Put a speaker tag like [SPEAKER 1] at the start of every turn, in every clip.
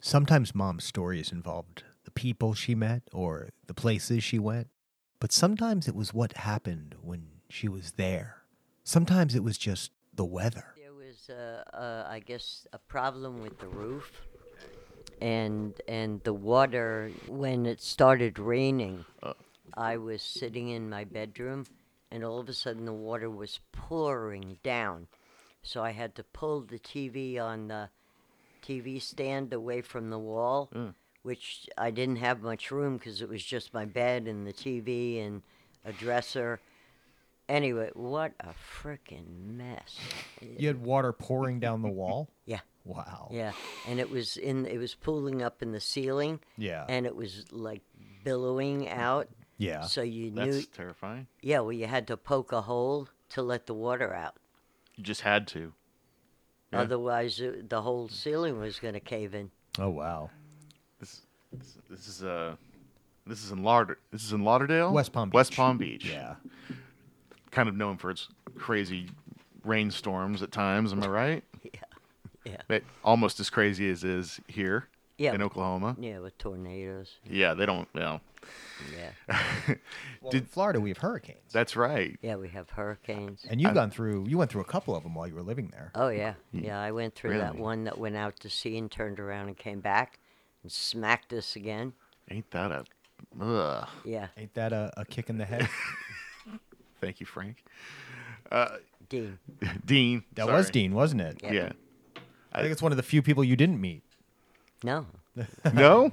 [SPEAKER 1] Sometimes mom's stories involved the people she met or the places she went, but sometimes it was what happened when she was there. Sometimes it was just the weather.
[SPEAKER 2] There was, uh, uh, I guess, a problem with the roof, and and the water. When it started raining, I was sitting in my bedroom, and all of a sudden the water was pouring down. So I had to pull the TV on the TV stand away from the wall, which I didn't have much room because it was just my bed and the TV and a dresser. Anyway, what a freaking mess.
[SPEAKER 1] You had water pouring down the wall?
[SPEAKER 2] Yeah.
[SPEAKER 1] Wow.
[SPEAKER 2] Yeah, and it was in it was pooling up in the ceiling.
[SPEAKER 1] Yeah.
[SPEAKER 2] and it was like billowing out.
[SPEAKER 1] Yeah.
[SPEAKER 2] So you
[SPEAKER 3] That's
[SPEAKER 2] knew,
[SPEAKER 3] terrifying.
[SPEAKER 2] yeah. Well, you had to poke a hole to let the water out.
[SPEAKER 3] You just had to. Yeah.
[SPEAKER 2] Otherwise, it, the whole ceiling was going to cave in.
[SPEAKER 1] Oh, wow.
[SPEAKER 3] This, this, this is uh, this is in Lauder. This is in
[SPEAKER 2] Oh.
[SPEAKER 3] Lauderdale.
[SPEAKER 1] West Palm Beach.
[SPEAKER 3] West Palm Beach.
[SPEAKER 1] Yeah.
[SPEAKER 3] Kind of known for its crazy rainstorms at times. Am I right?
[SPEAKER 2] Yeah, yeah,
[SPEAKER 3] They, almost as crazy as is here.
[SPEAKER 2] Yeah.
[SPEAKER 3] In Oklahoma.
[SPEAKER 2] yeah. With tornadoes.
[SPEAKER 3] Yeah, they don't. You know,
[SPEAKER 2] Yeah,
[SPEAKER 1] Well, in Florida, we have hurricanes.
[SPEAKER 3] that's right.
[SPEAKER 2] yeah. We have hurricanes.
[SPEAKER 1] And you've gone through, you went through a couple of them while you were living there.
[SPEAKER 2] Oh yeah, yeah. I went through that
[SPEAKER 3] Mm. Really?
[SPEAKER 2] one that went out to sea and turned around and came back and smacked us again.
[SPEAKER 3] Ain't that a? Ugh.
[SPEAKER 2] Yeah,
[SPEAKER 1] Ain't that a, a kick in the head?
[SPEAKER 3] Thank you, Frank.
[SPEAKER 2] Dean.
[SPEAKER 3] Dean.
[SPEAKER 1] That
[SPEAKER 3] sorry.
[SPEAKER 1] was Dean, wasn't it?
[SPEAKER 2] Yeah.
[SPEAKER 3] Yeah.
[SPEAKER 1] I think it's one of the few people you didn't meet.
[SPEAKER 2] No,
[SPEAKER 3] no.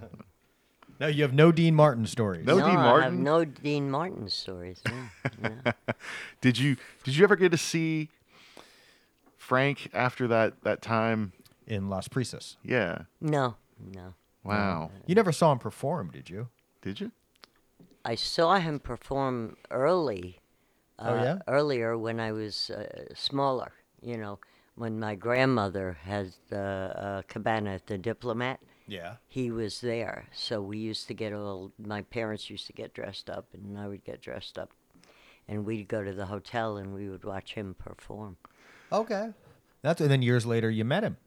[SPEAKER 1] No, you have no Dean Martin stories.
[SPEAKER 3] No Dean
[SPEAKER 2] I have
[SPEAKER 3] Martin?
[SPEAKER 2] no Dean Martin stories. no, no.
[SPEAKER 3] Did you Did you ever get to see Frank after that that time?
[SPEAKER 1] In Las Prisas.
[SPEAKER 3] Yeah.
[SPEAKER 2] No, no.
[SPEAKER 3] Wow.
[SPEAKER 1] You never saw him perform, did you?
[SPEAKER 3] Did you?
[SPEAKER 2] I saw him perform early.
[SPEAKER 1] Oh,
[SPEAKER 2] uh,
[SPEAKER 1] yeah?
[SPEAKER 2] Earlier when I was uh, smaller, you know, when my grandmother had the uh, cabana at the Diplomat,
[SPEAKER 1] Yeah.
[SPEAKER 2] he was there. So we used to get all. My parents used to get dressed up, and I would get dressed up, and we'd go to the hotel and we would watch him perform.
[SPEAKER 1] Okay. That's and then years later you met him.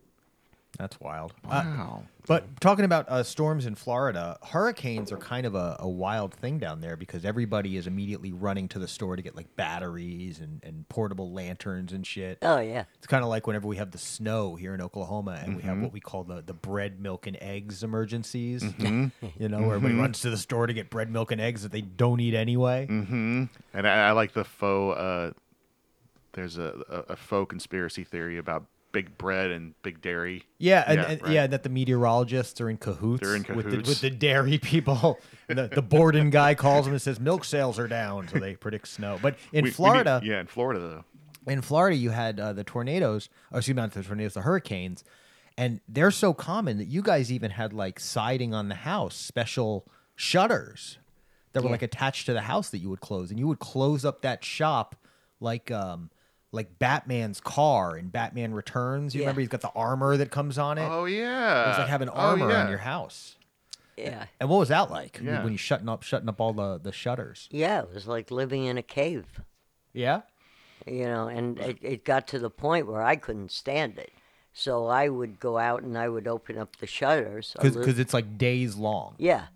[SPEAKER 1] That's wild. Uh,
[SPEAKER 3] Wow.
[SPEAKER 1] but talking about uh, storms in Florida, hurricanes are kind of a, a wild thing down there because everybody is immediately running to the store to get like batteries and, and portable lanterns and shit.
[SPEAKER 2] Oh yeah,
[SPEAKER 1] It's kind of like whenever we have the snow here in Oklahoma and we have what we call the, the bread, milk, and eggs emergencies. you know, where everybody runs to the store to get bread, milk, and eggs that they don't eat anyway.
[SPEAKER 3] Hmm. And I, I like the faux. Uh, there's a, a a faux conspiracy theory about big bread and big dairy.
[SPEAKER 1] Yeah, and,
[SPEAKER 3] Yeah,
[SPEAKER 1] and-
[SPEAKER 3] right.
[SPEAKER 1] yeah, that the meteorologists are in cahoots,
[SPEAKER 3] They're in
[SPEAKER 1] With, the, with
[SPEAKER 3] cahoots.
[SPEAKER 1] the dairy people. the, the Borden guy calls them and says milk sales are down, so they predict snow. But in
[SPEAKER 3] We- we need-
[SPEAKER 1] Florida,
[SPEAKER 3] yeah, in Florida though.
[SPEAKER 1] in Florida, you had uh, the tornadoes. Or excuse me, not the tornadoes, the hurricanes, and they're so common that you guys even had like siding on the house, special shutters that were
[SPEAKER 2] Yeah.
[SPEAKER 1] like attached to the house that you would close, and you would close up that shop like um like Batman's car in Batman Returns. You
[SPEAKER 2] Yeah.
[SPEAKER 1] remember he's got the armor that comes on it.
[SPEAKER 3] Oh yeah.
[SPEAKER 1] It's like having
[SPEAKER 3] Oh,
[SPEAKER 1] armor
[SPEAKER 3] yeah.
[SPEAKER 1] on your house.
[SPEAKER 2] yeah,
[SPEAKER 1] And what was that like when-
[SPEAKER 3] Yeah.
[SPEAKER 1] when you shutting up, shutting up all the, the shutters?
[SPEAKER 2] yeah. It was like living in a cave.
[SPEAKER 1] Yeah.
[SPEAKER 2] you know, and it, it got to the point where I couldn't stand it. So I would go out and I would open up the shutters. a lit-
[SPEAKER 1] Because it's like days long.
[SPEAKER 2] yeah.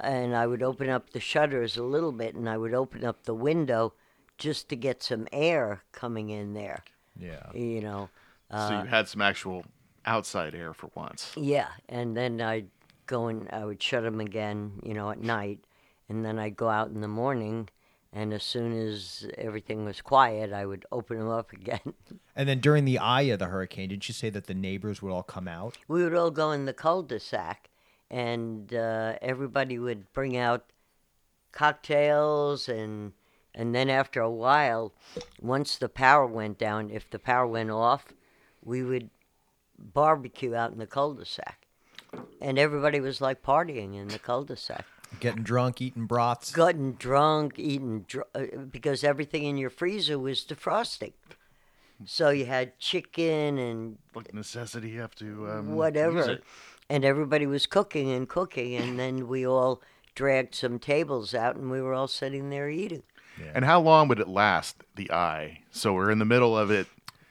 [SPEAKER 2] And I would open up the shutters a little bit and I would open up the window just to get some air coming in there,
[SPEAKER 1] Yeah.
[SPEAKER 2] you know.
[SPEAKER 1] Uh,
[SPEAKER 3] so you had some actual outside air for once.
[SPEAKER 2] Yeah, and then I'd go and I would shut them again, you know, at night, and then I'd go out in the morning, and as soon as everything was quiet, I would open them up again.
[SPEAKER 1] And then during the eye of the hurricane, didn't you say that the neighbors would all come out?
[SPEAKER 2] we would all go in the cul-de-sac and uh, everybody would bring out cocktails and and then after a while once the power went down if the power went off we would barbecue out in the cul-de-sac and everybody was like partying in the cul-de-sac
[SPEAKER 1] Getting drunk, eating broths.
[SPEAKER 2] gotten drunk, eating dr- uh, because everything in your freezer was defrosting. So you had chicken and
[SPEAKER 3] Like necessity, you have to um, use
[SPEAKER 2] whatever.
[SPEAKER 3] it.
[SPEAKER 2] And everybody was cooking and cooking, and then we all dragged some tables out, and we were all sitting there eating.
[SPEAKER 3] And how long would it last? The eye. So we're in the middle of it.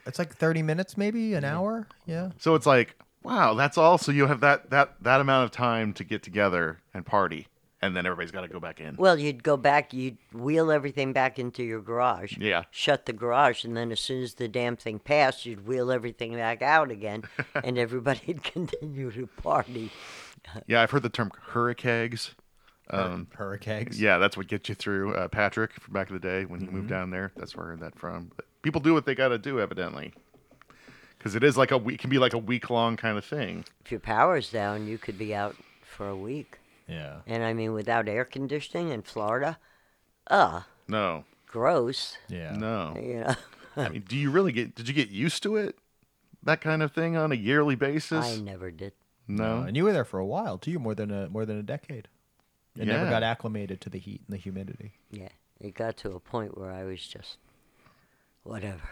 [SPEAKER 1] It's like 30 minutes, maybe an hour. Yeah.
[SPEAKER 3] So it's like Wow, that's all. So you have that that that amount of time to get together and party, and then everybody's got to go back in.
[SPEAKER 2] Well, you'd go back, you'd wheel everything back into your garage.
[SPEAKER 3] Yeah.
[SPEAKER 2] Shut the garage, and then as soon as the damn thing passed, you'd wheel everything back out again, and everybody'd continue to party.
[SPEAKER 3] Yeah, I've heard the term hurricanes.
[SPEAKER 1] Um, Hurricanes.
[SPEAKER 3] Yeah, that's what gets you through. Uh, Patrick from back in the day when he moved down there, that's where I heard that from. But people do what they got to do, evidently, because it is like a week can be like a week long kind of thing.
[SPEAKER 2] If your power's down, you could be out for a week.
[SPEAKER 1] Yeah.
[SPEAKER 2] And I mean, without air conditioning in Florida, uh,
[SPEAKER 3] No,
[SPEAKER 2] gross.
[SPEAKER 1] Yeah.
[SPEAKER 3] no.
[SPEAKER 2] You know,
[SPEAKER 3] I mean, do you really get? Did you get used to it? That kind of thing on a yearly basis?
[SPEAKER 2] I never did.
[SPEAKER 1] Uh,
[SPEAKER 3] No.
[SPEAKER 1] and you were there for a while too, more than a more than a decade. And never
[SPEAKER 3] Yeah.
[SPEAKER 1] got acclimated to the heat and the humidity.
[SPEAKER 2] Yeah, it got to a point where I was just whatever.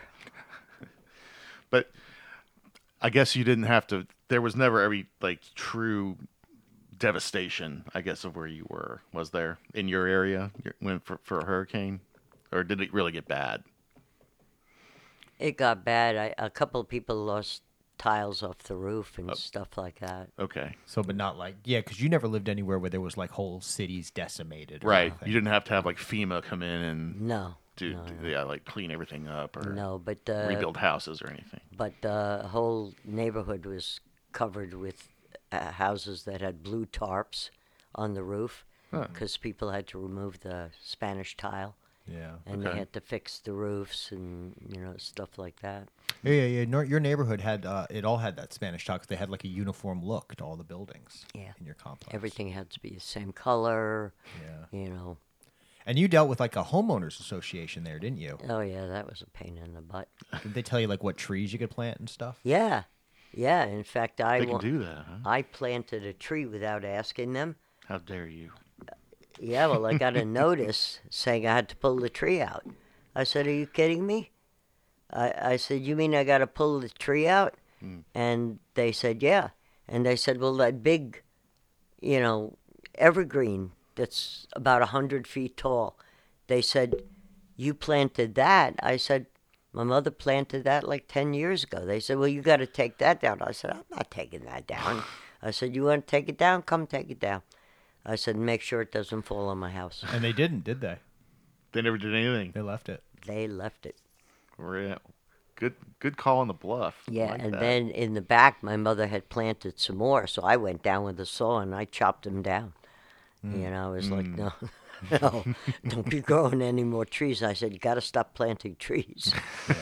[SPEAKER 3] but I guess you didn't have to. There was never every like true devastation, I guess, of where you were. Was there in your area your- when for, for a hurricane, or did it really get bad?
[SPEAKER 2] It got bad. I, a couple of people lost tiles off the roof
[SPEAKER 3] Oh.
[SPEAKER 2] and stuff like that.
[SPEAKER 3] Okay,
[SPEAKER 1] So, but not like yeah, because you never lived anywhere where there was like whole cities decimated. or
[SPEAKER 3] right.
[SPEAKER 1] anything.
[SPEAKER 3] You didn't have to have like FEMA come in and
[SPEAKER 2] No,
[SPEAKER 3] do, do- yeah, like clean everything up or
[SPEAKER 2] no, but uh,
[SPEAKER 3] rebuild houses or anything.
[SPEAKER 2] but the whole neighborhood was covered with uh, houses that had blue tarps on the roof because people had to remove the Spanish tile
[SPEAKER 1] Yeah.
[SPEAKER 2] and they
[SPEAKER 3] Okay.
[SPEAKER 2] had to fix the roofs and you know stuff like that.
[SPEAKER 1] Yeah, yeah, yeah. Nor- your neighborhood had uh, it all had that Spanish talk. They had like a uniform look to all the buildings.
[SPEAKER 2] Yeah.
[SPEAKER 1] In your complex.
[SPEAKER 2] Everything had to be the same color.
[SPEAKER 1] Yeah.
[SPEAKER 2] You know.
[SPEAKER 1] And you dealt with like a homeowners association there, didn't you?
[SPEAKER 2] Oh yeah, that was a pain in the butt.
[SPEAKER 1] Did they tell you like what trees you could plant and stuff?
[SPEAKER 2] Yeah, yeah. In fact, I
[SPEAKER 3] They can
[SPEAKER 2] wa-
[SPEAKER 3] do that. Huh?
[SPEAKER 2] I planted a tree without asking them.
[SPEAKER 3] How dare you?
[SPEAKER 2] Yeah, well, I got a notice saying I had to pull the tree out. I said, "Are you kidding me?" I, I said, "You mean I got to pull the tree out?" And they said, "Yeah." And they said, "Well, that big, you know, evergreen that's about a hundred feet tall," they said, "You planted that?" I said, "My mother planted that like ten years ago." They said, "Well, you got to take that down." I said, "I'm not taking that down." I said, "You want to take it down? Come take it down." I said, "Make sure it doesn't fall on my house."
[SPEAKER 1] And they didn't, did they?
[SPEAKER 3] They never did anything.
[SPEAKER 1] They left it.
[SPEAKER 2] They left it.
[SPEAKER 3] Re- Good, good call on the bluff. I
[SPEAKER 2] Yeah,
[SPEAKER 3] like
[SPEAKER 2] and
[SPEAKER 3] that.
[SPEAKER 2] then in the back, my mother had planted some more, so I went down with a saw and I chopped them down.
[SPEAKER 3] Mm.
[SPEAKER 2] You know, I was like, no, no, don't be growing any more trees. I said, you got to stop planting trees.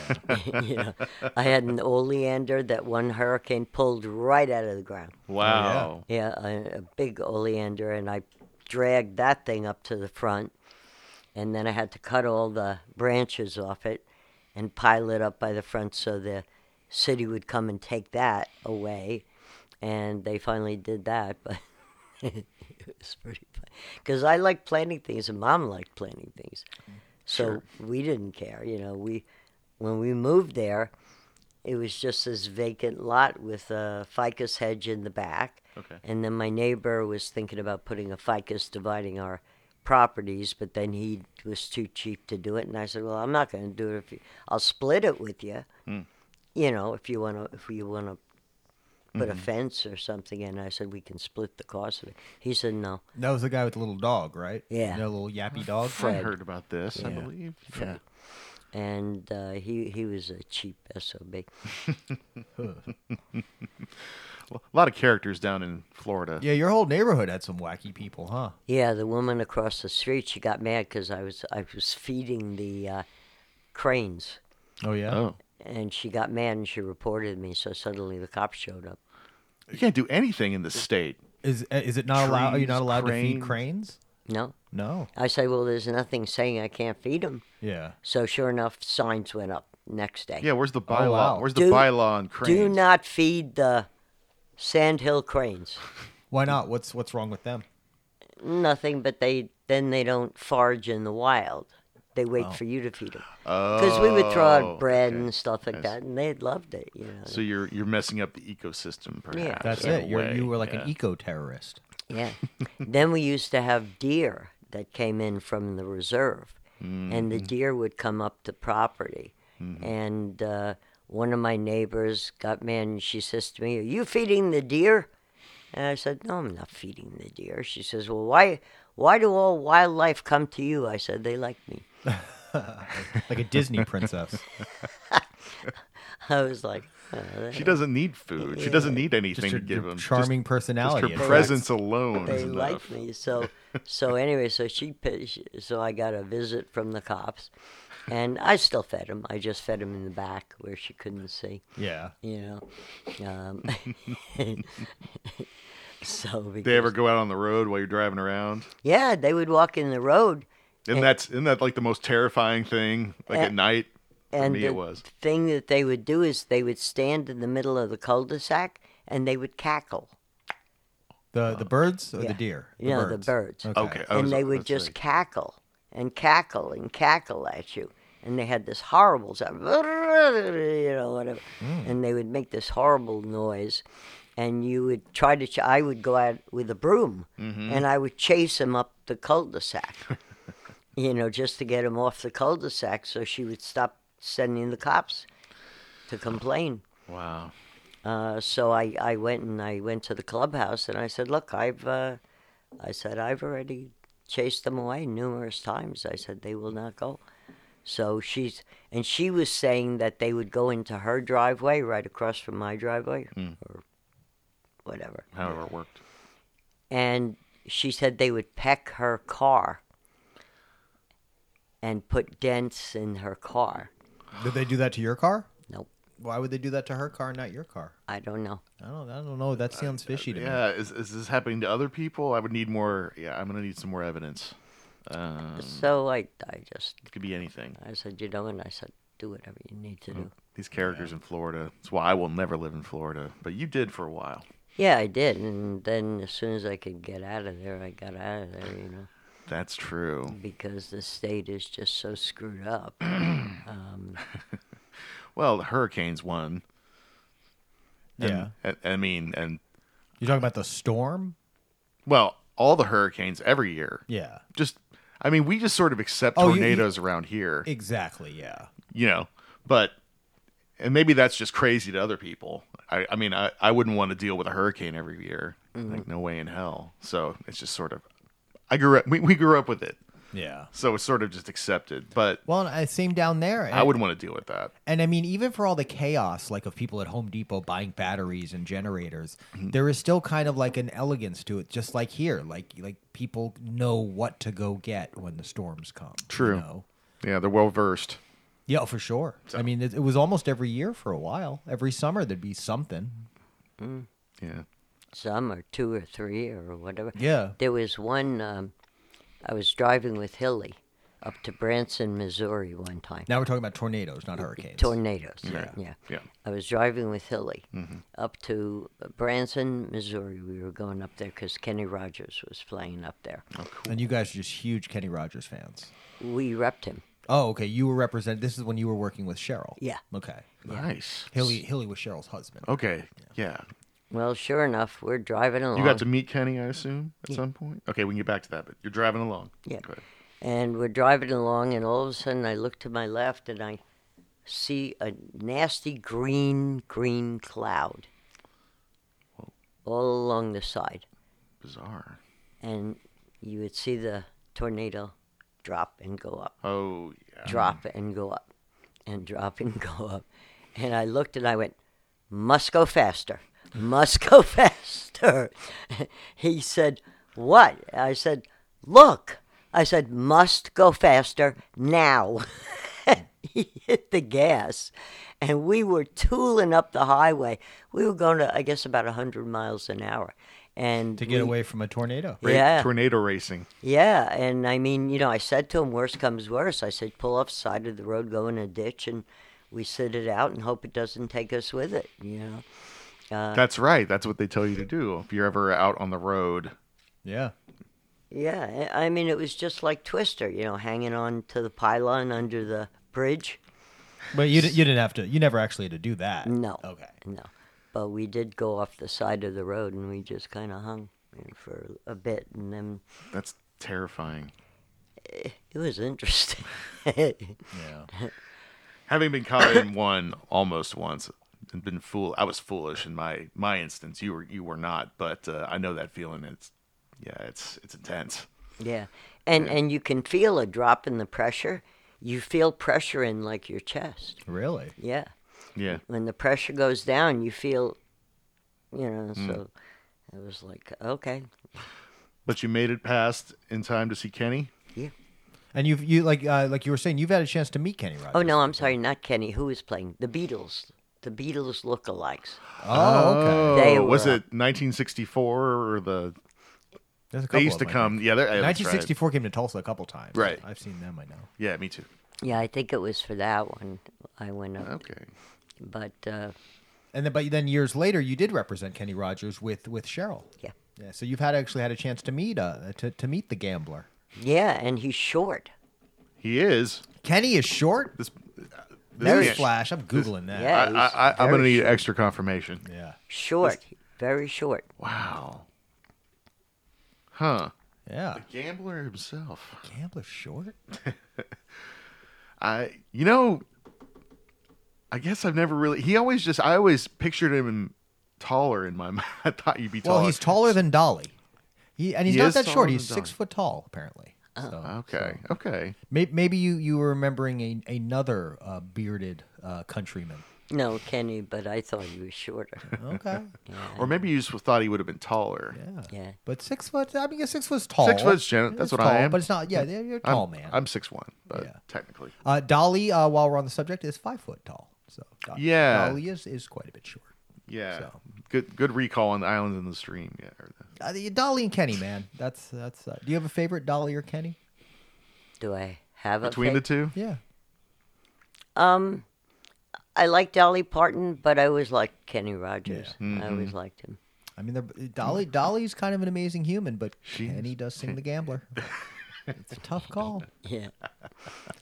[SPEAKER 2] you know, I had an oleander that one hurricane pulled right out of the ground.
[SPEAKER 3] wow.
[SPEAKER 2] Oh, Yeah, a, a big oleander, and I dragged that thing up to the front, and then I had to cut all the branches off it and pile it up by the front so the city would come and take that away, and they finally did that, but. it was pretty funny because I like planting things and Mom liked planting things, so we didn't care. You know, we when we moved there, it was just this vacant lot with a ficus hedge in the back.
[SPEAKER 3] Okay.
[SPEAKER 2] And then my neighbor was thinking about putting a ficus dividing our properties, but then he was too cheap to do it. And I said, "Well, I'm not going to do it. If you, I'll split it with you. You know, if you want to, if you want to." Put a fence or something, in." I said we can split the cost of it. He said no.
[SPEAKER 1] That was the guy with the little dog, right?
[SPEAKER 2] Yeah. Uh,
[SPEAKER 1] The little yappy dog.
[SPEAKER 3] I heard about this. I
[SPEAKER 1] Yeah.
[SPEAKER 3] believe. Yeah.
[SPEAKER 2] and uh, he he was a cheap sob.
[SPEAKER 3] a lot of characters down in Florida.
[SPEAKER 1] Yeah, your whole neighborhood had some wacky people, huh?
[SPEAKER 2] Yeah, the woman across the street she got mad because I was I was feeding the uh, cranes,
[SPEAKER 1] Oh yeah.
[SPEAKER 3] Oh,
[SPEAKER 2] and she got mad and she reported me. So suddenly the cops showed up.
[SPEAKER 3] you can't do anything in this state.
[SPEAKER 1] Is uh, is it not allowed? Are you not
[SPEAKER 3] Trees,
[SPEAKER 1] allowed to feed
[SPEAKER 3] cranes.
[SPEAKER 1] cranes?
[SPEAKER 2] No,
[SPEAKER 1] No.
[SPEAKER 2] I say, well, there's nothing saying I can't feed them.
[SPEAKER 1] Yeah.
[SPEAKER 2] So sure enough, signs went up next day.
[SPEAKER 3] Yeah, where's the bylaw?
[SPEAKER 1] wow.
[SPEAKER 3] Where's the
[SPEAKER 2] Oh, Do-
[SPEAKER 3] bylaw on cranes?
[SPEAKER 2] Do not feed the sandhill cranes.
[SPEAKER 1] Why not? What's what's wrong with them?
[SPEAKER 2] Nothing, but they then they don't forage in the wild. They wait for you to feed them because we would throw
[SPEAKER 3] Oh,
[SPEAKER 2] out bread
[SPEAKER 3] okay.
[SPEAKER 2] and stuff like
[SPEAKER 3] I see.
[SPEAKER 2] that, and they loved it. You know,
[SPEAKER 3] So you're you're messing up the ecosystem, perhaps.
[SPEAKER 1] That's
[SPEAKER 3] in a
[SPEAKER 1] it. You're,
[SPEAKER 3] way.
[SPEAKER 1] you were like
[SPEAKER 3] Yeah.
[SPEAKER 1] an eco terrorist.
[SPEAKER 2] Yeah. then we used to have deer that came in from the reserve, and the deer would come up to property, and uh, one of my neighbors got mad and she says to me, Are you feeding the deer? And I said, No, I'm not feeding the deer. She says, Well, why, why do all wildlife come to you? I said, They like me.
[SPEAKER 1] like a Disney princess.
[SPEAKER 2] I was like, "Oh, that-
[SPEAKER 3] She doesn't need food. She doesn't need anything
[SPEAKER 1] Just her,
[SPEAKER 3] to give
[SPEAKER 1] her
[SPEAKER 3] him.
[SPEAKER 1] charming
[SPEAKER 3] Just,
[SPEAKER 1] personality.
[SPEAKER 3] just her
[SPEAKER 1] attracts-
[SPEAKER 3] presence alone
[SPEAKER 2] they
[SPEAKER 3] is enough.
[SPEAKER 2] liked me. So, so anyway, so she, pa- she- so I got a visit from the cops, and I still fed him. I just fed him in the back where she couldn't see,
[SPEAKER 1] Yeah.
[SPEAKER 2] you know. Um, so because,
[SPEAKER 3] They ever go out on the road while you're driving around?
[SPEAKER 2] yeah, they would walk in the road,
[SPEAKER 3] And that's isn't that like the most terrifying thing? Like
[SPEAKER 2] Yeah.
[SPEAKER 3] at night, for
[SPEAKER 2] and
[SPEAKER 3] me
[SPEAKER 2] the
[SPEAKER 3] it was.
[SPEAKER 2] thing that they would do is they would stand in the middle of the cul-de-sac and they would cackle.
[SPEAKER 1] The the birds or
[SPEAKER 2] yeah.
[SPEAKER 1] the deer?
[SPEAKER 2] Yeah, the birds.
[SPEAKER 1] Okay.
[SPEAKER 3] Okay. I
[SPEAKER 2] and
[SPEAKER 3] was-
[SPEAKER 2] they would
[SPEAKER 3] that's
[SPEAKER 2] just
[SPEAKER 3] right.
[SPEAKER 2] cackle and cackle and cackle at you. And they had this horrible sound, you know, whatever.
[SPEAKER 3] Hmm.
[SPEAKER 2] And they would make this horrible noise. And you would try to, ch- I would go out with a broom
[SPEAKER 3] Mm-hmm.
[SPEAKER 2] and I would chase him up the cul de sac, you know, just to get him off the cul de sac so she would stop sending the cops to complain.
[SPEAKER 3] Wow.
[SPEAKER 2] Uh, so I, I went and I went to the clubhouse and I said, look, I've, uh, I said I've already chased them away numerous times. I said they will not go. So she's and she was saying that they would go into her driveway right across from my driveway or whatever.
[SPEAKER 3] However it worked.
[SPEAKER 2] And she said they would peck her car and put dents in her car.
[SPEAKER 1] Did they do that to your car?
[SPEAKER 2] Nope,
[SPEAKER 1] Why would they do that to her car, not your car?
[SPEAKER 2] I don't know.
[SPEAKER 1] I don't. I don't know. That sounds fishy to me.
[SPEAKER 3] Yeah, is, is this happening to other people? I would need more. Yeah, I'm gonna need some more evidence. Um,
[SPEAKER 2] So I, I just
[SPEAKER 3] it could be anything.
[SPEAKER 2] I said, you know, and I said, do whatever you need to do.
[SPEAKER 3] These characters in Florida. That's why I will never live in Florida. But you did for a while.
[SPEAKER 2] Yeah, I did. And then as soon as I could get out of there, I got out of there, you know,
[SPEAKER 3] That's true.
[SPEAKER 2] because the state is just so screwed up. um,
[SPEAKER 3] Well, the hurricanes won. And-
[SPEAKER 1] Yeah.
[SPEAKER 3] and- I mean, and
[SPEAKER 1] You're talking about the storm.
[SPEAKER 3] well, all the hurricanes every year.
[SPEAKER 1] Yeah.
[SPEAKER 3] Just, I mean, we just sort of accept
[SPEAKER 1] Oh, you- you-
[SPEAKER 3] tornadoes around here.
[SPEAKER 1] Exactly. Yeah.
[SPEAKER 3] you know but and maybe that's just crazy to other people i, I mean I, I wouldn't want to deal with a hurricane every year like no way in hell so it's just sort of i grew up we, we grew up with it
[SPEAKER 1] Yeah.
[SPEAKER 3] so it's sort of just accepted but
[SPEAKER 1] Well, and I same down there.
[SPEAKER 3] i wouldn't want to deal with that
[SPEAKER 1] And I mean, even for all the chaos, like of people at Home Depot buying batteries and generators,
[SPEAKER 3] Mm-hmm.
[SPEAKER 1] there is still kind of like an elegance to it, just like here. Like like people know what to go get when the storms come. you
[SPEAKER 3] True.
[SPEAKER 1] know?
[SPEAKER 3] yeah they're well versed
[SPEAKER 1] Yeah, for sure. I mean, it, it was almost every year for a while. Every summer there'd be something.
[SPEAKER 3] yeah
[SPEAKER 2] some are two or three or whatever.
[SPEAKER 1] Yeah.
[SPEAKER 2] There was one, um, I was driving with Hilly up to Branson, Missouri one time.
[SPEAKER 1] Now we're talking about tornadoes, not hurricanes.
[SPEAKER 2] Tornadoes.
[SPEAKER 3] Yeah.
[SPEAKER 2] yeah.
[SPEAKER 3] yeah Mm-hmm.
[SPEAKER 2] I was driving with Hilly up to Branson, Missouri. We were going up there because Kenny Rogers was playing up there.
[SPEAKER 3] Oh.
[SPEAKER 1] and you guys are just huge Kenny Rogers fans.
[SPEAKER 2] We repped him.
[SPEAKER 1] Oh, okay. You were represented. This is when you were working with Cheryl.
[SPEAKER 2] Yeah.
[SPEAKER 1] Okay.
[SPEAKER 3] nice
[SPEAKER 1] Hilly Hilly was Cheryl's husband.
[SPEAKER 3] okay yeah
[SPEAKER 2] Well, sure enough, we're driving along.
[SPEAKER 3] you got to meet kenny i assume at some point okay we can get back to that but you're driving along
[SPEAKER 2] Yeah.
[SPEAKER 3] Go ahead.
[SPEAKER 2] And we're driving along, and all of a sudden I look to my left and I see a nasty green, green cloud all along the side.
[SPEAKER 3] bizarre
[SPEAKER 2] And you would see the tornado drop and go up,
[SPEAKER 3] oh yeah
[SPEAKER 2] drop and go up, and drop and go up. And I looked and I went, must go faster, must go faster. he said, What? I said, Look. I said, Must go faster now. he hit the gas, and we were tooling up the highway. We were going to, I guess, about 100 miles an hour. And
[SPEAKER 1] To get
[SPEAKER 2] we-
[SPEAKER 1] away from a tornado.
[SPEAKER 3] Ra-
[SPEAKER 2] Yeah.
[SPEAKER 3] tornado racing
[SPEAKER 2] yeah, and I mean, you know, I said to him, "Worst comes worse." I said, "Pull off the side of the road, go in a ditch, and we sit it out and hope it doesn't take us with it." You know,
[SPEAKER 3] That's right. That's what they tell you to do if you're ever out on the road.
[SPEAKER 1] Yeah.
[SPEAKER 2] Yeah, eh, I I mean, it was just like Twister, you know, hanging on to the pylon under the bridge.
[SPEAKER 1] But you, di- you didn't have to. You never actually had to do that.
[SPEAKER 2] No.
[SPEAKER 1] Okay.
[SPEAKER 2] No. But we did go off the side of the road and we just kind of hung you know, for a bit. And then
[SPEAKER 3] That's terrifying.
[SPEAKER 2] it was interesting.
[SPEAKER 1] Yeah.
[SPEAKER 3] Having been caught in one almost once and been fool, I was foolish in my my instance. You were you were not, but uh, I know that feeling. It's yeah, it's it's intense.
[SPEAKER 2] Yeah. And and you can feel a drop in the pressure. You feel pressure in like your chest.
[SPEAKER 1] Really?
[SPEAKER 2] Yeah.
[SPEAKER 3] Yeah,
[SPEAKER 2] When the pressure goes down, you feel you know,
[SPEAKER 3] Hmm.
[SPEAKER 2] so it was like, okay.
[SPEAKER 3] but you made it past in time to see Kenny.
[SPEAKER 2] Yeah.
[SPEAKER 1] And you've you like uh, like you were saying, you've had a chance to meet Kenny Rogers.
[SPEAKER 2] Oh no, I'm sorry, not Kenny. Who was playing? The Beatles. The Beatles lookalikes.
[SPEAKER 1] Oh, okay.
[SPEAKER 2] They
[SPEAKER 3] Oh, was
[SPEAKER 2] were-
[SPEAKER 3] it 1964 or the
[SPEAKER 1] There's a couple
[SPEAKER 3] they
[SPEAKER 1] of
[SPEAKER 3] used to
[SPEAKER 1] them, I
[SPEAKER 3] come? Yeah, they're, yeah, that's right.
[SPEAKER 1] 1964 came to Tulsa a couple times.
[SPEAKER 3] Right.
[SPEAKER 1] I've seen them, I know.
[SPEAKER 3] Yeah, me too.
[SPEAKER 2] Yeah, I think it was for that one I went up.
[SPEAKER 3] Okay.
[SPEAKER 2] But uh,
[SPEAKER 1] And then, but then years later, you did represent Kenny Rogers with with Cheryl.
[SPEAKER 2] yeah.
[SPEAKER 1] Yeah, so you've had actually had a chance to meet uh to, to meet the gambler.
[SPEAKER 2] Yeah, and he's short.
[SPEAKER 3] He is.
[SPEAKER 1] Kenny is short.
[SPEAKER 3] This,
[SPEAKER 1] Very
[SPEAKER 3] this-
[SPEAKER 1] flash. I'm googling that.
[SPEAKER 2] Yeah.
[SPEAKER 3] I, I, I, I'm
[SPEAKER 2] Very
[SPEAKER 3] going to need
[SPEAKER 2] short.
[SPEAKER 3] extra confirmation.
[SPEAKER 1] Yeah.
[SPEAKER 2] Short. Very short.
[SPEAKER 3] Wow. Huh.
[SPEAKER 1] Yeah.
[SPEAKER 3] Gambler himself.
[SPEAKER 1] Gambler short?
[SPEAKER 3] I, you know, I guess I've never really. He always just. I always pictured him in, taller in my mind. I thought you'd be taller.
[SPEAKER 1] Well, he's taller than Dolly. He, and he's
[SPEAKER 3] He
[SPEAKER 1] not
[SPEAKER 3] is
[SPEAKER 1] that short.
[SPEAKER 3] taller
[SPEAKER 1] He's
[SPEAKER 3] than
[SPEAKER 1] six
[SPEAKER 3] Dolly.
[SPEAKER 1] foot tall, apparently.
[SPEAKER 2] Uh-huh.
[SPEAKER 1] So
[SPEAKER 3] Okay. Okay.
[SPEAKER 1] may- maybe you, you were remembering a, another uh, bearded uh, countryman.
[SPEAKER 2] No, Kenny, but I thought he was shorter.
[SPEAKER 1] Okay.
[SPEAKER 3] Or maybe you just thought he would have been taller.
[SPEAKER 1] yeah.
[SPEAKER 2] Yeah.
[SPEAKER 1] But six foot, I mean, yeah, six foot's tall.
[SPEAKER 3] Six foot's gen- that's
[SPEAKER 1] It's
[SPEAKER 3] what
[SPEAKER 1] tall,
[SPEAKER 3] I am.
[SPEAKER 1] But it's not, yeah, you're you're a
[SPEAKER 3] I'm,
[SPEAKER 1] tall, man.
[SPEAKER 3] I'm six one, but
[SPEAKER 1] Yeah.
[SPEAKER 3] technically.
[SPEAKER 1] Uh, Dolly, uh, while we're on the subject, is five foot tall. So Do-
[SPEAKER 3] Yeah.
[SPEAKER 1] Dolly is, is quite a bit short.
[SPEAKER 3] Yeah.
[SPEAKER 1] So.
[SPEAKER 3] Good. Good recall on the island in the stream. Yeah. or the-
[SPEAKER 1] Uh, Dolly and Kenny, man. That's that's. Uh, do you have a favorite Dolly or Kenny?
[SPEAKER 2] Do I have a
[SPEAKER 3] Between the
[SPEAKER 2] fav-
[SPEAKER 3] two.
[SPEAKER 1] Yeah.
[SPEAKER 2] Um, I like Dolly Parton, but I always liked Kenny Rogers. I always
[SPEAKER 3] Mm-hmm.
[SPEAKER 2] liked him.
[SPEAKER 1] I mean, they're- Dolly Dolly's kind of an amazing human, but
[SPEAKER 3] She
[SPEAKER 1] Kenny does sing the gambler. it's a tough call.
[SPEAKER 2] Yeah.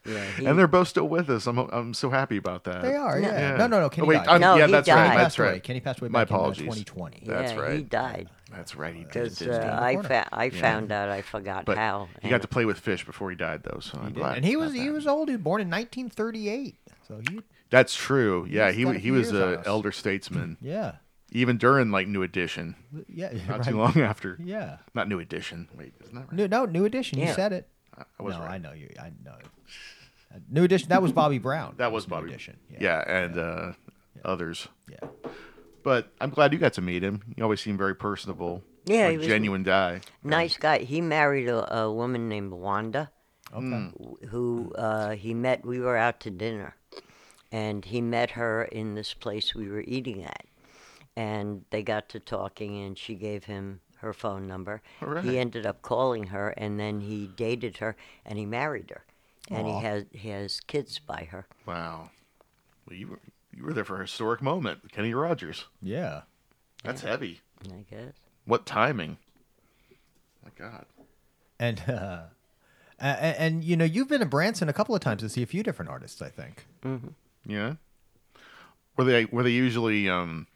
[SPEAKER 2] Yeah. He,
[SPEAKER 3] And they're both still with us. I'm I'm so happy about that.
[SPEAKER 1] They are,
[SPEAKER 2] No.
[SPEAKER 1] yeah.
[SPEAKER 3] Yeah.
[SPEAKER 1] No, no,
[SPEAKER 3] Oh,
[SPEAKER 1] no. Kenny
[SPEAKER 3] wait,
[SPEAKER 1] died.
[SPEAKER 3] I'm-
[SPEAKER 2] No,
[SPEAKER 3] yeah,
[SPEAKER 2] he
[SPEAKER 3] that's
[SPEAKER 1] Kenny
[SPEAKER 2] died.
[SPEAKER 3] right.
[SPEAKER 1] passed
[SPEAKER 3] That's
[SPEAKER 1] away.
[SPEAKER 3] right.
[SPEAKER 1] Kenny passed away
[SPEAKER 3] My
[SPEAKER 1] back in, uh,
[SPEAKER 3] apologies.
[SPEAKER 1] 2020.
[SPEAKER 3] That's
[SPEAKER 2] yeah, He
[SPEAKER 3] right.
[SPEAKER 2] died.
[SPEAKER 3] That's right. He did.
[SPEAKER 2] Because
[SPEAKER 3] didn't he?
[SPEAKER 2] uh, I,
[SPEAKER 1] corner.
[SPEAKER 2] fa- I found out, I forgot
[SPEAKER 3] but
[SPEAKER 2] how.
[SPEAKER 3] he got to play with fish before he died, though. So I'm glad.
[SPEAKER 1] And he
[SPEAKER 3] about
[SPEAKER 1] was he
[SPEAKER 3] that.
[SPEAKER 1] was old. He was born in 1938. So he
[SPEAKER 3] That's true. Yeah,
[SPEAKER 1] He's
[SPEAKER 3] he
[SPEAKER 1] got a
[SPEAKER 3] wa- he
[SPEAKER 1] few
[SPEAKER 3] was
[SPEAKER 1] years on
[SPEAKER 3] an
[SPEAKER 1] us.
[SPEAKER 3] elder statesman,
[SPEAKER 1] yeah
[SPEAKER 3] even during like New Edition.
[SPEAKER 1] yeah
[SPEAKER 3] Not
[SPEAKER 1] right.
[SPEAKER 3] too long after.
[SPEAKER 1] Yeah.
[SPEAKER 3] Not New Edition. Wait, isn't that right?
[SPEAKER 1] New, no, new edition. You
[SPEAKER 2] Yeah.
[SPEAKER 1] said it.
[SPEAKER 3] I was
[SPEAKER 1] no,
[SPEAKER 3] right.
[SPEAKER 1] I know you. I know. Uh, New edition. That was Bobby Brown.
[SPEAKER 3] That was
[SPEAKER 1] New
[SPEAKER 3] Bobby.
[SPEAKER 1] Edition.
[SPEAKER 3] Yeah, and Uh, others.
[SPEAKER 1] Yeah.
[SPEAKER 3] But I'm glad you got to meet him. He always seemed very personable.
[SPEAKER 2] Yeah,
[SPEAKER 3] like
[SPEAKER 2] he was-
[SPEAKER 3] genuine guy.
[SPEAKER 2] Nice guy. He married a, a woman named Wanda.
[SPEAKER 1] Okay.
[SPEAKER 3] Mm. Hmm.
[SPEAKER 2] who uh, he met. We were out to dinner, and he met her in this place we were eating at, and they got to talking, and she gave him her phone number.
[SPEAKER 3] All right.
[SPEAKER 2] He ended up calling her, and then he dated her, and he married her, and
[SPEAKER 1] Aw.
[SPEAKER 2] he has he has kids by her.
[SPEAKER 3] Wow. Well, you were you were there for a historic moment, Kenny Rogers.
[SPEAKER 1] Yeah.
[SPEAKER 3] That's heavy.
[SPEAKER 2] I guess.
[SPEAKER 3] What timing? My God.
[SPEAKER 1] And uh, a- a- and you know you've been to Branson a couple of times to see a few different artists. I think.
[SPEAKER 3] Yeah. Were they were they usually um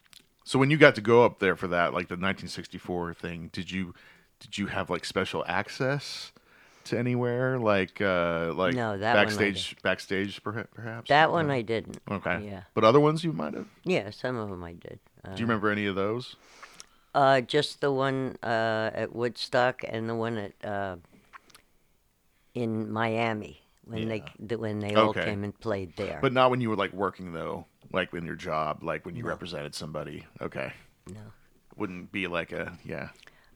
[SPEAKER 3] so when you got to go up there for that like the 1964 thing, did you did you have like special access to anywhere like uh like
[SPEAKER 2] No, that one I
[SPEAKER 3] backstage backstage perha- perhaps?
[SPEAKER 2] That one I didn't.
[SPEAKER 3] Okay.
[SPEAKER 2] Yeah.
[SPEAKER 3] But other ones you might have.
[SPEAKER 2] Yeah. Some of them I did. Uh,
[SPEAKER 3] Do you remember any of those?
[SPEAKER 2] Uh, just the one uh, at Woodstock and the one at uh, in Miami when they they th- when they all
[SPEAKER 3] Okay.
[SPEAKER 2] came and played there.
[SPEAKER 3] But not when you were like working though, like in your job, like when you represented somebody. Okay.
[SPEAKER 2] no.
[SPEAKER 3] Wouldn't be like a yeah.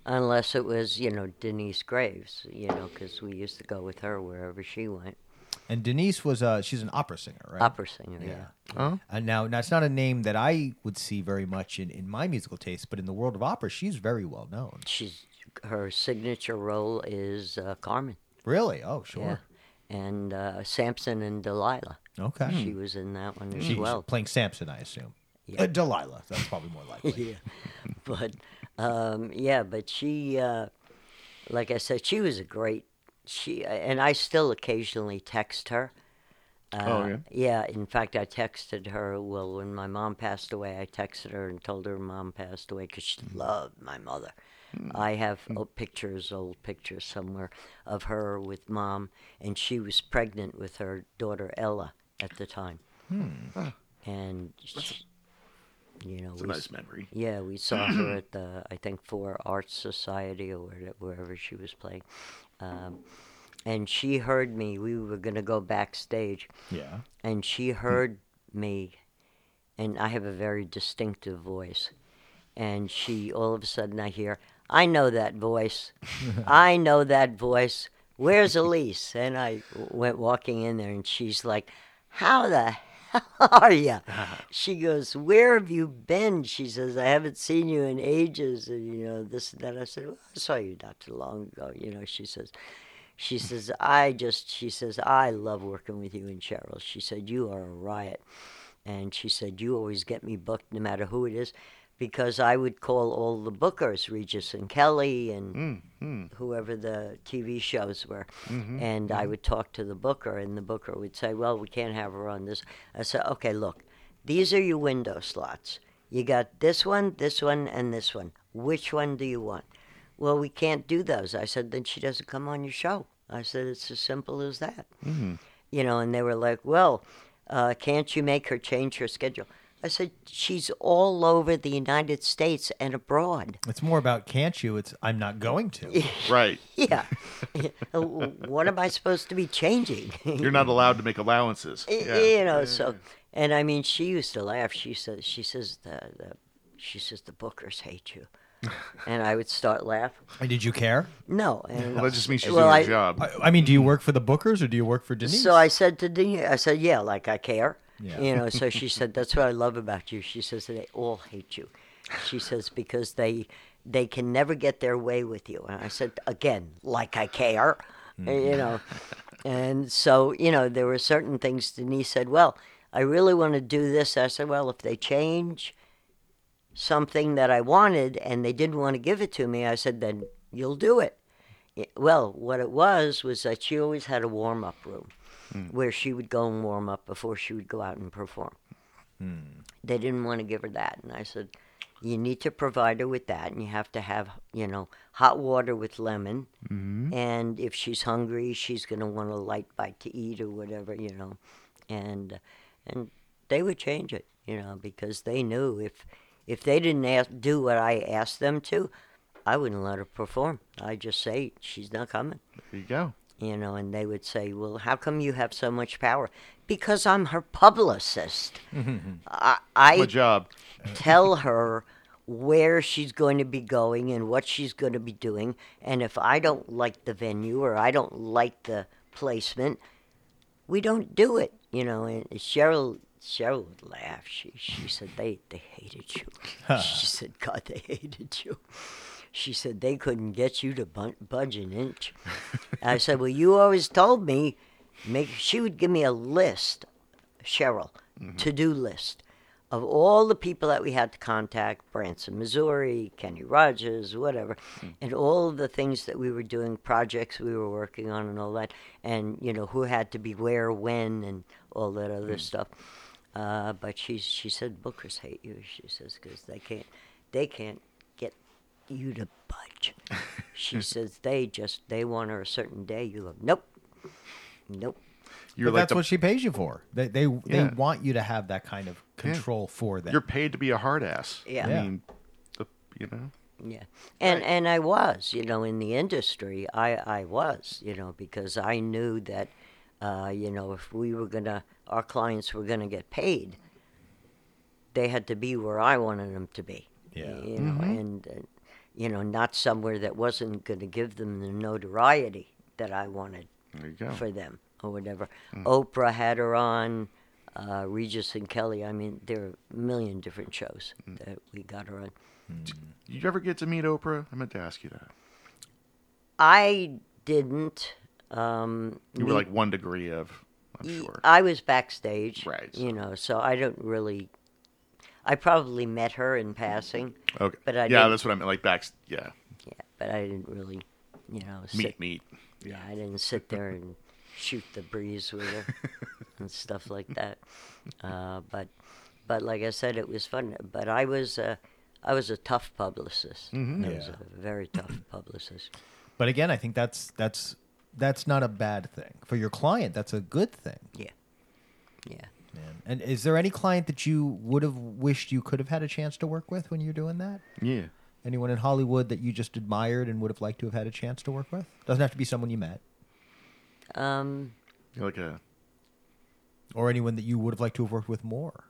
[SPEAKER 2] Unless it was you know Denise Graves, you know, because we used to go with her wherever she went.
[SPEAKER 1] And Denise was uh she's an opera singer, right?
[SPEAKER 2] Opera singer, yeah.
[SPEAKER 3] Oh.
[SPEAKER 1] And now, now it's not a name that I would see very much in, in my musical taste, but in the world of opera, she's very well known.
[SPEAKER 2] She's her signature role is uh, Carmen.
[SPEAKER 1] Really? Oh, sure.
[SPEAKER 2] Yeah. And uh, Samson and Delilah.
[SPEAKER 1] Okay.
[SPEAKER 2] She was in that one as
[SPEAKER 1] She's
[SPEAKER 2] well.
[SPEAKER 1] playing Samson, I assume.
[SPEAKER 2] Yeah.
[SPEAKER 1] Uh, Delilah. That's probably more likely.
[SPEAKER 2] yeah. But um, yeah, but she, uh, like I said, she was a great. She and I still occasionally text her. Uh,
[SPEAKER 3] Oh, yeah?
[SPEAKER 2] Yeah. In fact, I texted her. Well, when my mom passed away, I texted her and told her mom passed away because
[SPEAKER 3] Mm.
[SPEAKER 2] she loved my mother. I have old pictures, old pictures somewhere of her with mom, and she was pregnant with her daughter Ella at the time.
[SPEAKER 3] Hmm.
[SPEAKER 2] And sh you know,
[SPEAKER 3] It's a
[SPEAKER 2] we s-
[SPEAKER 3] nice memory.
[SPEAKER 2] yeah, we saw her at the I think for Arts Society or where- wherever she was playing, um, and she heard me. We were gonna go backstage,
[SPEAKER 1] Yeah.
[SPEAKER 2] and she heard me, and I have a very distinctive voice, and she all of a sudden I hear I know that voice, I know that voice. Where's Elise? And I w- went walking in there, and she's like, "How the hell are you?" She goes, "Where have you been?" She says, "I haven't seen you in ages." And you know this and that. I said, well, "I saw you not too long ago." You know, she says, she says, I just, she says, I love working with you and Cheryl. She said, You are a riot. And she said, You always get me booked no matter who it is because I would call all the bookers, Regis and Kelly and
[SPEAKER 3] Hmm,
[SPEAKER 2] whoever the TV shows were. And I would talk to the booker, and the booker would say, Well, we can't have her on this. I said, Okay, look, these are your window slots. You got this one, this one, and this one. Which one do you want? Well, we can't do those. I said, Then she doesn't come on your show. I said, It's as simple as that. You know, and they were like, Well, uh, can't you make her change her schedule? I said, She's all over the United States and abroad.
[SPEAKER 1] It's more about can't you? It's I'm not going to.
[SPEAKER 3] Right.
[SPEAKER 2] Yeah. Uh, what am I supposed to be changing?
[SPEAKER 3] You're not allowed to make allowances. Yeah.
[SPEAKER 2] You know, so and I mean, she used to laugh. She says, she says the, the she says the bookers hate you, and I would start laughing.
[SPEAKER 1] And Did you care?
[SPEAKER 2] No, and
[SPEAKER 3] Well, that just means she's
[SPEAKER 2] well,
[SPEAKER 3] doing
[SPEAKER 2] I,
[SPEAKER 3] her job.
[SPEAKER 1] I, I mean, do you work for the Bookers or do you work for Denise?
[SPEAKER 2] So I said to Dina, I said, yeah, like I care.
[SPEAKER 1] Yeah.
[SPEAKER 2] You know, so she said, that's what I love about you. She says, they all hate you. She says, because they they can never get their way with you. And I said, again, like I care.
[SPEAKER 1] Hmm.
[SPEAKER 2] You know, and so, you know, there were certain things Denise said, well, I really want to do this. I said, well, if they change something that I wanted and they didn't want to give it to me, I said, then you'll do it. Yeah, Well, what it was was that she always had a warm up room where she would go and warm up before she would go out and perform. They didn't want to give her that. And I said, You need to provide her with that. And you have to have, you know, hot water with lemon. And if she's hungry, she's going to want a light bite to eat or whatever, you know. And, and they would change it, you know, because they knew if, if they didn't ask, do what I asked them to, I wouldn't let her perform. I just say she's not coming,
[SPEAKER 3] There you go.
[SPEAKER 2] you know, and they would say, "Well, how come you have so much power?" Because I'm her publicist. I,
[SPEAKER 3] My
[SPEAKER 2] I
[SPEAKER 3] job.
[SPEAKER 2] tell her where she's going to be going and what she's going to be doing, and if I don't like the venue or I don't like the placement, we don't do it, you know. And Cheryl, Cheryl would laugh. She she said they they hated you. she said, God, they hated you. She said they couldn't get you to bun- budge an inch. I said, Well, you always told me. Make she would give me a list, Cheryl, to do list of all the people that we had to contact Branson, Missouri, Kenny Rogers, whatever, and all of the things that we were doing, projects we were working on, and all that, and you know who had to be where, when, and all that other stuff. Uh, but she she said bookers hate you. She says because they can't they can't get you to budge. she says they just they want her a certain day. You go nope, nope.
[SPEAKER 3] You're
[SPEAKER 1] But
[SPEAKER 3] like
[SPEAKER 1] that's
[SPEAKER 3] the,
[SPEAKER 1] what she pays you for. They they, they
[SPEAKER 3] Yeah.
[SPEAKER 1] want you to have that kind of control for them.
[SPEAKER 3] you're paid to be a hard ass.
[SPEAKER 2] Yeah.
[SPEAKER 1] Yeah.
[SPEAKER 3] I mean, the, you know.
[SPEAKER 2] Yeah, and and I was, you know, in the industry, I I was, you know, because I knew that, uh, you know, if we were gonna, our clients were gonna get paid, they had to be where I wanted them to be.
[SPEAKER 1] Yeah.
[SPEAKER 2] you know, and uh, you know, not somewhere that wasn't gonna give them the notoriety that I wanted
[SPEAKER 3] There you go.
[SPEAKER 2] for them or whatever.
[SPEAKER 3] Mm.
[SPEAKER 2] Oprah had her on, uh, Regis and Kelly. I mean, there are a million different shows
[SPEAKER 3] Mm.
[SPEAKER 2] that we got her on.
[SPEAKER 3] Did you ever get to meet Oprah? I meant to ask you that.
[SPEAKER 2] I didn't. Um,
[SPEAKER 3] You were like one degree of, I'm
[SPEAKER 2] y-
[SPEAKER 3] sure.
[SPEAKER 2] I was backstage,
[SPEAKER 3] Right.
[SPEAKER 2] You know, so I don't really. I probably met her in passing,
[SPEAKER 3] Okay.
[SPEAKER 2] but I
[SPEAKER 3] yeah,
[SPEAKER 2] didn't-
[SPEAKER 3] that's what I meant. Like back. Yeah.
[SPEAKER 2] yeah, but I didn't really, you know, sit,
[SPEAKER 3] Meet, meet.
[SPEAKER 2] Yeah, I didn't sit there and shoot the breeze with her and stuff like that. Uh, but, but like I said, it was fun. But I was, uh, I was a tough publicist. I was
[SPEAKER 1] Mm-hmm. Yeah.
[SPEAKER 2] a very tough publicist.
[SPEAKER 1] But again, I think that's that's that's not a bad thing for your client. That's a good thing.
[SPEAKER 2] Yeah, yeah.
[SPEAKER 1] man. And is there any client that you would have wished you could have had a chance to work with when you're doing that?
[SPEAKER 3] Yeah.
[SPEAKER 1] Anyone in Hollywood that you just admired and would have liked to have had a chance to work with? Doesn't have to be someone you met,
[SPEAKER 2] Um,
[SPEAKER 3] You're like a
[SPEAKER 1] or anyone that you would have liked to have worked with more.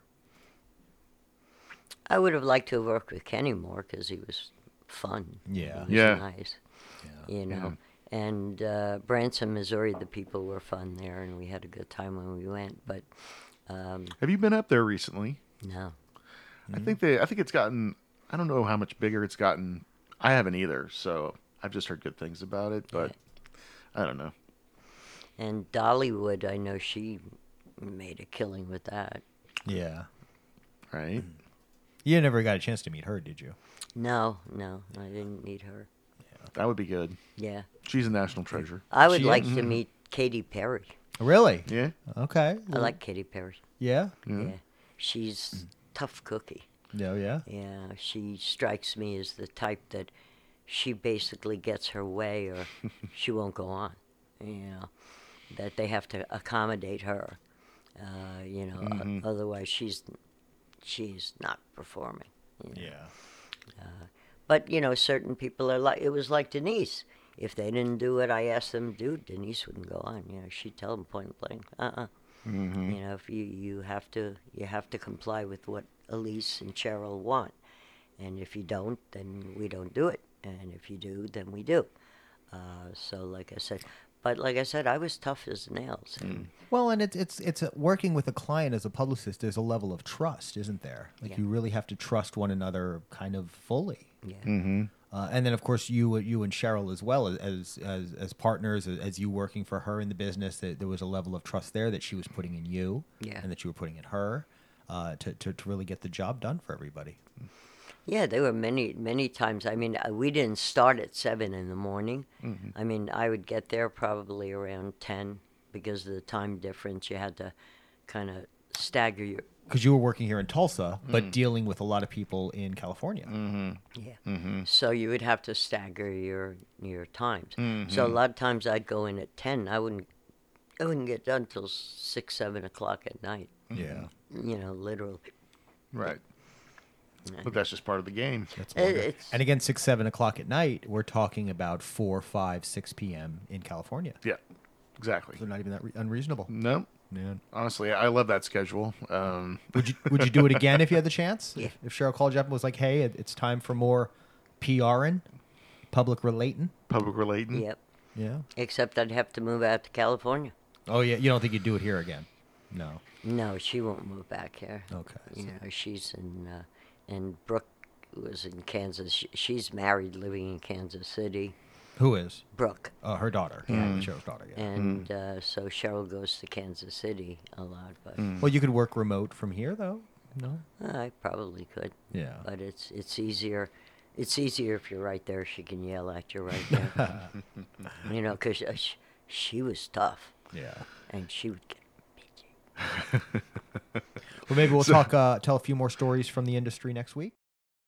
[SPEAKER 2] I would have liked to have worked with Kenny more because he was fun.
[SPEAKER 1] Yeah.
[SPEAKER 2] He was
[SPEAKER 3] Yeah.
[SPEAKER 2] nice. You know, and uh, Branson, Missouri, the people were fun there, and we had a good time when we went. But um,
[SPEAKER 3] Have you been up there recently?
[SPEAKER 2] no,
[SPEAKER 3] I
[SPEAKER 1] Hmm?
[SPEAKER 3] think they I think it's gotten I don't know how much bigger it's gotten. I haven't either, so I've just heard good things about it, but I don't know.
[SPEAKER 2] and Dollywood, I know she made a killing with that.
[SPEAKER 1] Yeah.
[SPEAKER 3] Right?
[SPEAKER 2] Mm-hmm.
[SPEAKER 1] You never got a chance to meet her, did you?
[SPEAKER 2] No, no, I didn't meet her.
[SPEAKER 3] That would be good.
[SPEAKER 2] Yeah,
[SPEAKER 3] She's a national treasure.
[SPEAKER 2] I would
[SPEAKER 1] She
[SPEAKER 2] like to meet Katy Perry.
[SPEAKER 1] Really?
[SPEAKER 3] Yeah.
[SPEAKER 1] Okay.
[SPEAKER 2] I like Katy Perry.
[SPEAKER 1] Yeah.
[SPEAKER 3] Hmm?
[SPEAKER 2] Yeah, she's tough cookie.
[SPEAKER 1] No. Yeah.
[SPEAKER 2] Yeah, she strikes me as the type that she basically gets her way or she won't go on. You know, that they have to accommodate her. Uh, you know, o- otherwise she's she's not performing. you know.
[SPEAKER 1] Yeah.
[SPEAKER 2] But you know, certain people are like it was like Denise. If they didn't do what I asked them to do, Denise wouldn't go on. You know, she'd tell them point blank, uh-uh. You know, if you, you have to you have to comply with what Elise and Cheryl want, and if you don't, then we don't do it, and if you do, then we do. Uh, so, like I said, but like I said, I was tough as nails. and
[SPEAKER 1] Well, and it's it's it's a, working with a client as a publicist. There's a level of trust, isn't there? Like
[SPEAKER 2] Yeah.
[SPEAKER 1] you really have to trust one another, kind of fully.
[SPEAKER 2] yeah,
[SPEAKER 1] Uh, and then, of course, you you and Cheryl as well as as as partners, as, as you working for her in the business. That there was a level of trust there that she was putting in you,
[SPEAKER 2] Yeah.
[SPEAKER 1] and that you were putting in her, uh, to, to to really get the job done for everybody.
[SPEAKER 2] Yeah, there were many, many times. I mean, uh, we didn't start at seven in the morning. I mean, I would get there probably around ten because of the time difference. You had to kind of stagger your
[SPEAKER 1] Because you were working here in Tulsa, but dealing with a lot of people in California.
[SPEAKER 2] yeah. Mm-hmm. So you would have to stagger your your times. So a lot of times I'd go in at ten. I wouldn't I wouldn't get done till six, seven o'clock at night.
[SPEAKER 1] Yeah,
[SPEAKER 2] You know, literally.
[SPEAKER 3] Right. But that's just part of the game.
[SPEAKER 1] that's
[SPEAKER 2] It-
[SPEAKER 1] longer.
[SPEAKER 2] it's-
[SPEAKER 1] and again, six seven o'clock at night, we're talking about four, five, six p.m. in California.
[SPEAKER 3] Yeah. Exactly.
[SPEAKER 1] They're not even that re- unreasonable.
[SPEAKER 3] No.
[SPEAKER 1] Man,
[SPEAKER 3] Honestly, I love that schedule. Um,
[SPEAKER 1] would you would you do it again if you had the chance?
[SPEAKER 2] Yeah.
[SPEAKER 1] If, if Cheryl called you up and was like, "Hey, it, it's time for more PRing, public relating."
[SPEAKER 3] public relating.
[SPEAKER 2] Yep.
[SPEAKER 1] Yeah.
[SPEAKER 2] Except I'd have to move out to California.
[SPEAKER 1] Oh yeah, you don't think you'd do it here again? No.
[SPEAKER 2] No, she won't move back here.
[SPEAKER 1] Okay,
[SPEAKER 2] You know, she's in, uh, and Brooke was in Kansas. She, she's married, living in Kansas City.
[SPEAKER 1] Who is?
[SPEAKER 2] Brooke.
[SPEAKER 1] Uh, her daughter. Yeah.
[SPEAKER 2] Mm.
[SPEAKER 1] Cheryl's daughter. Yeah. Hmm.
[SPEAKER 2] And uh, so Cheryl goes to Kansas City a lot, but
[SPEAKER 1] Well, you could work remote from here though. No.
[SPEAKER 2] I probably could.
[SPEAKER 1] Yeah.
[SPEAKER 2] But it's it's easier. It's easier if you're right there. She can yell at you right there. you know, because she, she was tough,
[SPEAKER 1] Yeah.
[SPEAKER 2] and she would get
[SPEAKER 1] Well, maybe we'll talk. Uh, tell a few more stories from the industry next week.